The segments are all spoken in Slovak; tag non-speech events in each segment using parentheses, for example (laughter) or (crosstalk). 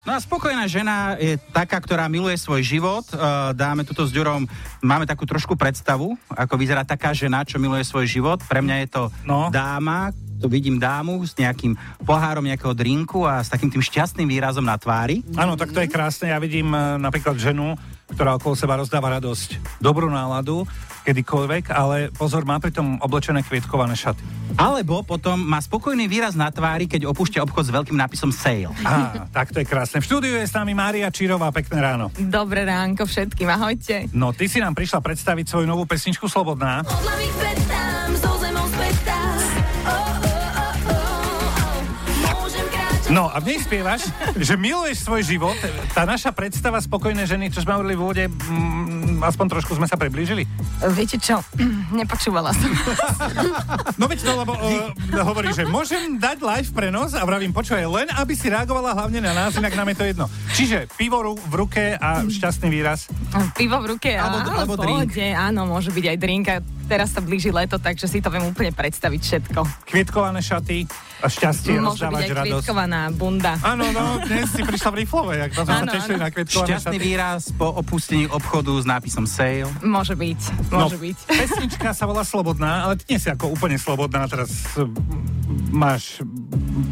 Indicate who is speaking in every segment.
Speaker 1: No a spokojná žena je taká, ktorá miluje svoj život. E, Dáme tuto s Ďurom, máme takú trošku predstavu, ako vyzerá taká žena, čo miluje svoj život. Pre mňa je to
Speaker 2: No.
Speaker 1: dáma, tu vidím dámu s nejakým pohárom nejakého drinku a s takým tým šťastným výrazom na tvári.
Speaker 2: Áno, tak to je krásne. Ja vidím e, napríklad ženu, ktorá okolo seba rozdáva radosť, dobrú náladu, kedykoľvek, ale pozor, má pritom oblečené kvietkované šaty.
Speaker 1: Alebo potom má spokojný výraz na tvári, keď opúšťa obchod s veľkým nápisom sale.
Speaker 2: Á, tak to je krásne. V štúdiu je s nami Mária Čírová, pekné ráno.
Speaker 3: Dobré ránko všetkým, ahojte.
Speaker 2: No, ty si nám prišla predstaviť svoju novú pesničku Slobodná.
Speaker 4: Od mladých predtám, zo zemou spätá. Oh, oh, oh, oh, oh. Môžem kráčať.
Speaker 2: No a v nej spievaš, že miluješ svoj život. Tá naša predstava spokojnej ženy, čo sme hovorili v úvode, mm, aspoň trošku sme sa priblížili.
Speaker 3: Viete čo, (clears throat) nepočúvala som. (clears throat)
Speaker 2: No veď to, lebo
Speaker 3: (laughs)
Speaker 2: uh, hovorí, že môžem dať live prenos a vravím, počúvaj, len aby si reagovala hlavne na nás, inak nám je to jedno. Čiže pivo ru- v ruke a šťastný výraz.
Speaker 3: Pivo v ruke,
Speaker 1: Alebo-
Speaker 3: ale
Speaker 1: alebo
Speaker 3: v pohode, áno, môže byť aj drink a teraz sa blíži leto, takže si to viem úplne predstaviť všetko.
Speaker 2: Kvietkované šaty a šťastie,
Speaker 3: môže byť
Speaker 2: rozdávať
Speaker 3: aj
Speaker 2: radosť.
Speaker 3: kvietkovaná bunda.
Speaker 2: Áno, no, dnes si prišla v riflovej, ak to sme sa
Speaker 3: Áno,
Speaker 2: tešili
Speaker 3: áno.
Speaker 2: na kvietkované
Speaker 1: Šťastný
Speaker 2: šaty.
Speaker 1: výraz po opustení obchodu s nápisom sale.
Speaker 3: Môže byť,
Speaker 1: No.
Speaker 3: môže byť.
Speaker 2: No,
Speaker 3: (laughs)
Speaker 2: Pesnička sa volá Slobodná, ale ty nie si ako úplne slobodná. Teraz eh, máš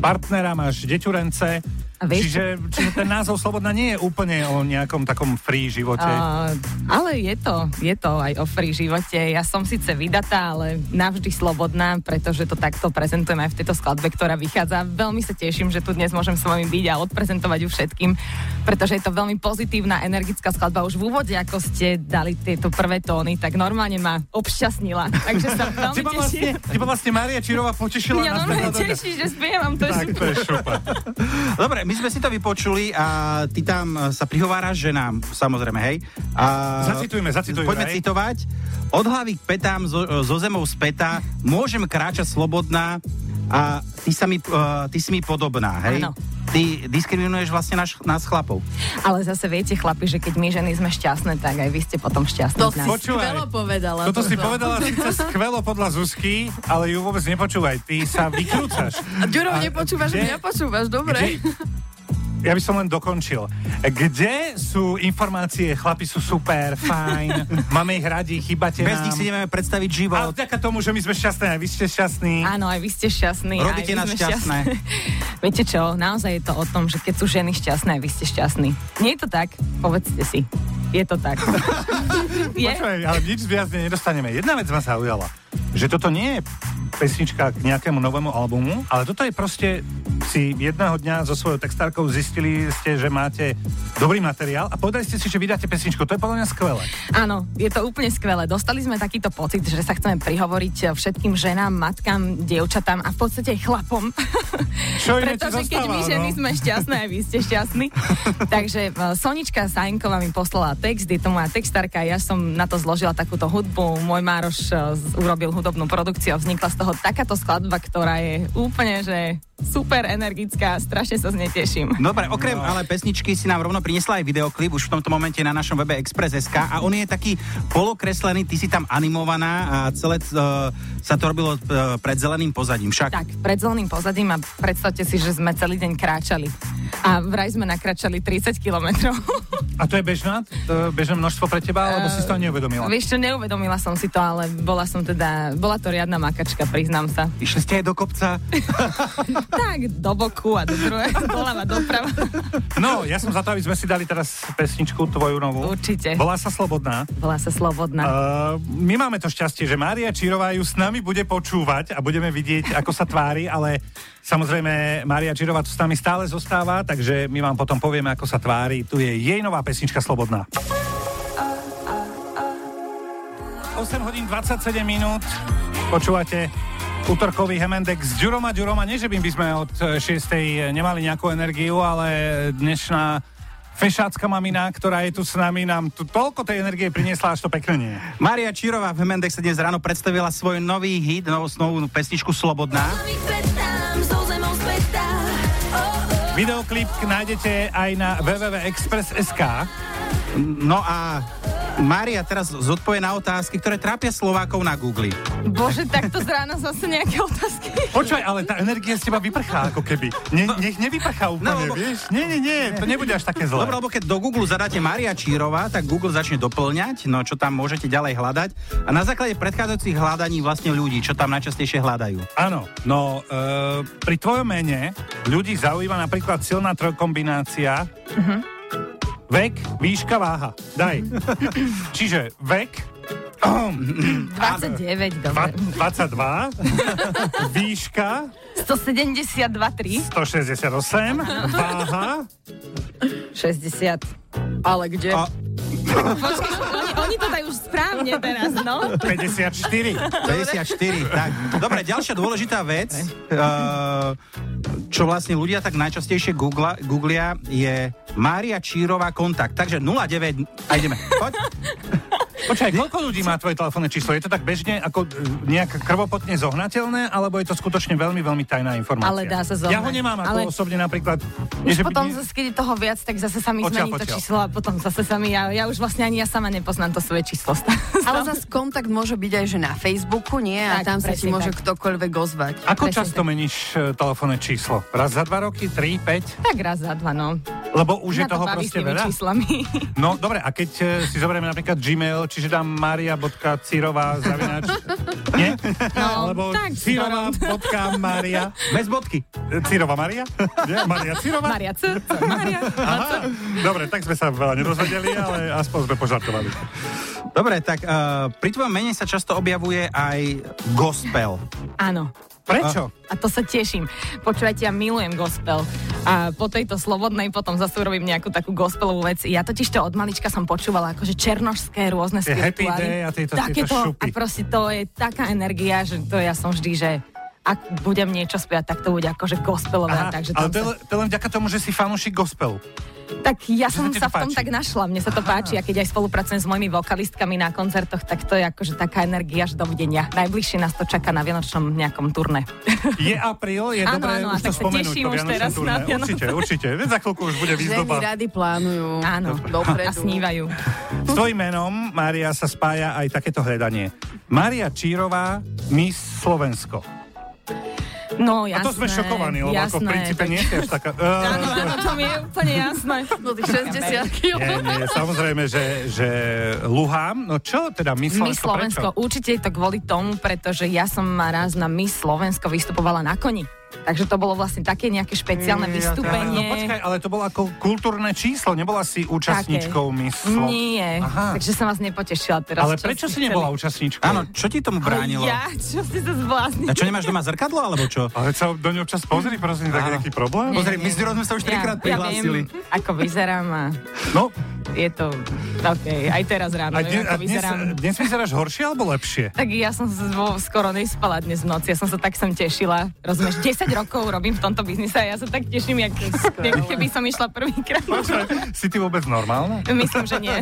Speaker 2: partnera, máš deťurence.
Speaker 3: A vieš-
Speaker 2: Čiže, čiže ten názov Slobodná nie je úplne o nejakom takom free živote.
Speaker 3: Uh, ale je to, je to aj o free živote. Ja som síce vydatá, ale navždy slobodná, pretože to takto prezentujem aj v tejto skladbe, ktorá vychádza. Veľmi sa teším, že tu dnes môžem s vami byť a odprezentovať ju všetkým, pretože je to veľmi pozitívna, energická skladba. Už v úvode, ako ste dali tieto prvé tóny, tak normálne ma obšťastnila. Takže
Speaker 2: (laughs)
Speaker 3: sa veľmi
Speaker 2: Teba vlastne,
Speaker 3: teším.
Speaker 2: teba vlastne Maria Čirova potešila.
Speaker 3: Mňa
Speaker 2: na
Speaker 3: normálne
Speaker 2: Slobodná.
Speaker 3: teší, že spievam, to je
Speaker 2: Tak,
Speaker 3: super.
Speaker 2: to je šupa.
Speaker 1: Dobre, my sme si to vypočuli a ty tam e, sa prihováraš ženám, samozrejme, hej. A
Speaker 2: Zacitujme, zacitujme,
Speaker 1: Poďme
Speaker 2: hej.
Speaker 1: citovať. Od hlavy k petám, zo, e, zo zemou spätá, môžem kráčať slobodná a ty, sa mi, uh, ty si mi podobná, hej.
Speaker 3: Áno.
Speaker 1: Ty diskriminuješ vlastne náš, nás chlapov.
Speaker 3: Ale zase viete, chlapi, že keď my ženy sme šťastné, tak aj vy ste potom šťastní.
Speaker 5: To
Speaker 3: z nás.
Speaker 5: si
Speaker 2: Počúvaj.
Speaker 5: skvelo povedala.
Speaker 2: Toto si povedala síce skvelo podľa Zuzky, ale ju vôbec nepočúvaj. Ty sa vykrúcaš.
Speaker 5: A Ďuro,
Speaker 2: A
Speaker 5: nepočúvaš,
Speaker 2: kde-
Speaker 5: mňa počúvaš, dobre.
Speaker 2: Kde, ja by som len dokončil. Kde sú informácie? Chlapi sú super, fajn, máme ich radi, chýbate
Speaker 1: Bez
Speaker 2: nám.
Speaker 1: nich si nevieme predstaviť
Speaker 2: Ale
Speaker 1: život.
Speaker 2: vďaka tomu, že my sme šťastní a vy ste šťastní.
Speaker 3: Áno, aj vy ste šťastní.
Speaker 1: Robíte
Speaker 3: aj my
Speaker 1: nás
Speaker 3: sme
Speaker 1: šťastné.
Speaker 3: šťastní. (laughs) Viete čo, naozaj je to o tom, že keď sú ženy šťastné, aj vy ste šťastní. Nie je to tak? Povedzte si. Je to
Speaker 1: (laughs)
Speaker 3: tak. je?
Speaker 2: Počúvaj, ale nič viac nedostaneme. Jedna vec ma zaujala, že toto nie je pesnička k nejakému novému albumu, ale toto je proste, si jedného dňa so svojou textárkou zistili ste, že máte dobrý materiál a povedali ste si, že vydáte pesničku. To je podľa mňa skvelé.
Speaker 3: Áno, je to úplne skvelé. Dostali sme takýto pocit, že sa chceme prihovoriť všetkým ženám, matkám, dievčatám a v podstate aj chlapom.
Speaker 2: (laughs) Čo iné ti
Speaker 3: Pretože keď
Speaker 2: zostáva,
Speaker 3: my ženy
Speaker 2: no?
Speaker 3: sme šťastné, aj vy ste
Speaker 2: (laughs)
Speaker 3: šťastní. Takže e, Sonička Sajnková mi poslala text, je to moja textárka, ja som na to zložila takúto hudbu, môj Mároš e, z- urobil hudobnú produkciu a vznikla z toho takáto skladba, ktorá je úplne, že super energická, strašne sa z nej teším.
Speaker 1: No Dobre, okrem ale pesničky si nám rovno priniesla aj videoklip, už v tomto momente na našom webe Express.sk a on je taký polokreslený, ty si tam animovaná a celé uh, sa to robilo uh, pred zeleným pozadím. Však
Speaker 3: Tak, pred zeleným pozadím a predstavte si, že sme celý deň kráčali. A vraj sme nakračali 30 kilometrov.
Speaker 2: A to je bežná, to je bežné množstvo pre teba, alebo si si to ani neuvedomila?
Speaker 3: Vieš čo, neuvedomila som si to, ale bola som teda, bola to riadna makačka, priznám sa.
Speaker 1: Išli ste aj do kopca?
Speaker 3: Tak, do boku a do druhého, doľava, doprava.
Speaker 2: No, ja som za to, aby sme si dali teraz pesničku tvoju novú.
Speaker 3: Určite.
Speaker 2: Volá sa Slobodná.
Speaker 3: Bola sa slobodná.
Speaker 2: Uh, my máme to šťastie, že Mária Čírová ju s nami bude počúvať a budeme vidieť, ako sa tvári, ale samozrejme Mária Čírová tu s nami stále zostáva, takže my vám potom povieme, ako sa tvári. Tu je jej nová pesnička Slobodná. 8 hodín 27 minút, počúvate útorkový Hemendek s Ďurom a Ďurom a nie, že by by sme od e, 6. nemali nejakú energiu, ale dnešná fešácka mamina, ktorá je tu s nami, nám tu toľko tej energie priniesla, až to pekne nie.
Speaker 1: Mária Čírová v Hemendex sa dnes ráno predstavila svoj nový hit, novú, novú pesničku
Speaker 4: Od
Speaker 1: Slobodná.
Speaker 4: mladých predtám, zo zemou spätá. Oh, oh, oh.
Speaker 2: Videoklip nájdete aj na www.express.sk.
Speaker 1: No a Mária teraz zodpovie na otázky, ktoré trápia Slovákov na Google.
Speaker 3: Bože, takto z rána zase nejaké otázky.
Speaker 2: Počkaj, ale tá energia z teba vyprchá ako keby. Ne, nech nevyprchá úplne,
Speaker 1: lebo-
Speaker 2: vieš? Nie, nie, nie, to nebude až také zlé.
Speaker 1: Dobre, lebo keď do Google zadáte Mária Čírová, tak Google začne doplňať, no čo tam môžete ďalej hľadať. A na základe predchádzajúcich hľadaní vlastne ľudí, čo tam najčastejšie hľadajú.
Speaker 2: Áno, no e, pri tvojom mene ľudí zaujíma napríklad silná trojkombinácia. Vek, výška, váha. Daj. Čiže vek,
Speaker 3: 29,
Speaker 2: dva-
Speaker 3: dobre.
Speaker 2: 22, výška,
Speaker 3: 172, 3,
Speaker 2: 168, váha,
Speaker 3: 60.
Speaker 5: Ale kde?
Speaker 3: (laughs)
Speaker 1: A-
Speaker 3: Počkaj, oni, oni to dajú už správne teraz, no.
Speaker 2: 54.
Speaker 1: 54, tak. Dobre, ďalšia dôležitá vec, uh, čo vlastne ľudia tak najčastejšie googla, googlia, je Mária Čírová kontakt. Takže 09... A ideme. Poď.
Speaker 2: Počkaj, koľko ľudí má tvoje telefónne číslo? Je to tak bežne, ako e, nejak krvopotne zohnateľné, alebo je to skutočne veľmi, veľmi tajná informácia?
Speaker 3: Ale dá sa
Speaker 2: Ja ho
Speaker 3: zohnať.
Speaker 2: nemám ako
Speaker 3: Ale-
Speaker 2: osobne napríklad. Nie, že
Speaker 3: Už
Speaker 2: by-
Speaker 3: potom, zase, keď je toho viac, tak zase sa mi
Speaker 2: Potiaľ,
Speaker 3: zmení to
Speaker 2: potiaľ.
Speaker 3: číslo a potom zase sa mi, ja, ja už vlastne ani ja sama nepoznám to svoje číslo. (laughs)
Speaker 5: Ale zase kontakt môže byť aj, že na Facebooku, nie? A
Speaker 3: Tak,
Speaker 5: tam sa ti
Speaker 3: presne
Speaker 5: môže
Speaker 3: tak.
Speaker 5: ktokoľvek ozvať.
Speaker 2: Ako
Speaker 3: Presne
Speaker 2: často
Speaker 3: tak.
Speaker 2: meníš e, telefónne číslo? Raz za dva roky, tri, päť?
Speaker 3: Tak raz za dva, no.
Speaker 2: Lebo už je
Speaker 3: Mňa to
Speaker 2: toho
Speaker 3: baví s
Speaker 2: proste
Speaker 3: tými
Speaker 2: veľa. (laughs)
Speaker 3: číslami.
Speaker 2: No dobre, a keď e, si zoberieme napríklad Gmail, čiže dám maria.cirová zavinač...
Speaker 3: (laughs)
Speaker 2: Nie?
Speaker 3: No,
Speaker 2: Alebo
Speaker 3: tak
Speaker 2: Cirová bodka Maria...
Speaker 1: Bez bodky.
Speaker 2: e, Cirova
Speaker 3: (laughs)
Speaker 2: Maria? Nie? Maria Cirova?
Speaker 3: Maria, co? co? Maria.
Speaker 2: Aha, dobre, tak sme sa veľa nedozvedeli, ale aspoň sme požartovali.
Speaker 1: Dobre, tak uh, pri tvojom mene sa často objavuje aj gospel.
Speaker 3: Áno.
Speaker 2: Prečo?
Speaker 3: A to sa teším. Počúvajte, ja milujem gospel. A po tejto slobodnej potom zase urobím nejakú takú gospelovú vec. Ja totiž to od malička som počúvala akože černošské rôzne
Speaker 2: Tie happy day a tieto-
Speaker 3: Takéto-
Speaker 2: tieto šupy.
Speaker 3: A proste to je taká energia, že to ja som vždy, že ak budem niečo spievať, tak to bude akože gospelové.
Speaker 2: Aha,
Speaker 3: Aha, takže
Speaker 2: ale
Speaker 3: tam
Speaker 2: to je,
Speaker 3: sa...
Speaker 2: le- to je len vďaka tomu, že si fanúšik gospelu.
Speaker 3: Tak
Speaker 2: Že sa
Speaker 3: ja som
Speaker 2: ti
Speaker 3: sa
Speaker 2: to
Speaker 3: v tom
Speaker 2: páči?
Speaker 3: tak našla, mne sa to páči a keď aj spolupracujem s mojimi vokalistkami na koncertoch, tak to je akože taká energia až dovidenia. Najbližšie nás to čaká na vianočnom nejakom turné.
Speaker 2: Je apríl, je
Speaker 3: Áno,
Speaker 2: dobré už
Speaker 3: áno, a
Speaker 2: to
Speaker 3: tak sa
Speaker 2: spomenúť.
Speaker 3: teším
Speaker 2: to
Speaker 3: už
Speaker 2: Vianočné
Speaker 3: teraz na
Speaker 2: turné.
Speaker 3: Vianoce.
Speaker 2: Určite, určite. Veď za chvíľku už bude
Speaker 5: Ženy
Speaker 2: výzdoba.
Speaker 5: rady plánujú.
Speaker 3: Áno.
Speaker 5: Dopredu.
Speaker 3: A snívajú.
Speaker 2: S tvojim menom, Mária, sa spája aj takéto hľadanie. Mária Čírová, Miss Slovensko.
Speaker 3: No
Speaker 2: A
Speaker 3: jasné.
Speaker 2: to sme šokovaní, lebo
Speaker 3: jasné,
Speaker 2: ako v princípe
Speaker 3: tak-
Speaker 2: nie je až
Speaker 3: (laughs)
Speaker 2: taká...
Speaker 3: Áno, áno, to mi je úplne jasné.
Speaker 5: Do tých 60 kg.
Speaker 2: Nie, nie, samozrejme, že, že luhám. No čo teda, Miss Slovensko?
Speaker 3: My Slovensko,
Speaker 2: prečo?
Speaker 3: určite je to kvôli tomu, pretože ja som raz na Miss Slovensko vystupovala na koni. Takže to bolo vlastne také nejaké špeciálne
Speaker 2: No
Speaker 3: vystúpenie.
Speaker 2: počkaj, ale to bolo ako kultúrne číslo, nebola si účastníčkou Miss Slovensko.
Speaker 3: Nie,
Speaker 2: Aha.
Speaker 3: takže som vás nepotešila teraz.
Speaker 2: Ale
Speaker 3: čo
Speaker 2: prečo si
Speaker 3: chceli.
Speaker 2: nebola účastníčkou?
Speaker 1: Áno, čo ti tomu
Speaker 3: Ale
Speaker 1: bránilo?
Speaker 3: Ja, čo si sa zbláznil?
Speaker 1: A čo, nemáš doma zrkadlo, alebo čo?
Speaker 2: Ale sa do ňou čas pozri, prosím, tak je
Speaker 1: Áno.
Speaker 2: nejaký problém?
Speaker 1: Pozri, my s Ďurou sme sa už trikrát prihlásili.
Speaker 3: Ja viem, ako vyzerám a
Speaker 2: No,
Speaker 3: je to... OK, aj teraz ráno
Speaker 2: a dnes,
Speaker 3: viem,
Speaker 2: a
Speaker 3: ako
Speaker 2: dnes,
Speaker 3: vyzerám.
Speaker 2: dnes vyzeráš horšie alebo lepšie?
Speaker 3: Tak ja som z- vo- skoro nespala dnes v noci, ja som sa tak sem tešila. Rozumieš, 10 rokov robím v tomto biznise a ja sa tak teším, jak, jak keby som išla prvýkrát.
Speaker 2: Počkaj, si ty vôbec normálna?
Speaker 3: Myslím, že nie.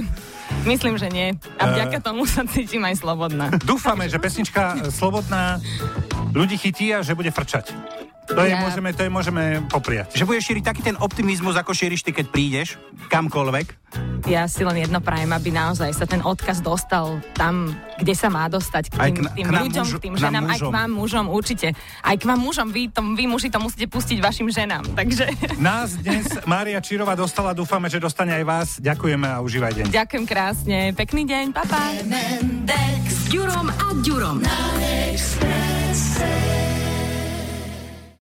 Speaker 3: Myslím, že nie. A vďaka tomu sa cítim aj slobodná.
Speaker 2: Dúfame, že pesnička e, Slobodná ľudí chytí a že bude frčať. To je,
Speaker 3: Ja-
Speaker 2: môžeme, to je môžeme popriať.
Speaker 1: Že budeš šíriť taký ten optimizmus, ako šíriš ty, keď prídeš kamkoľvek.
Speaker 3: Ja si len jedno prajem, aby naozaj sa ten odkaz dostal tam, kde sa má dostať. K
Speaker 1: Aj k-
Speaker 3: tým, tým
Speaker 1: k nám
Speaker 3: ľuďom,
Speaker 1: mužu-
Speaker 3: k tým
Speaker 1: k nám
Speaker 3: ženám, aj k
Speaker 1: mužom.
Speaker 3: vám mužom určite. Aj k vám mužom, vy, to, vy muži to musíte pustiť vašim ženám.
Speaker 1: (laughs)
Speaker 3: Takže
Speaker 2: Nás dnes Mária Čírova dostala, dúfame, že dostane aj vás. Ďakujeme a užívaj deň.
Speaker 3: ďakujem krásne. Pekný deň, pa, pa.
Speaker 4: Mendex s Ďurom a Ďurom na Express.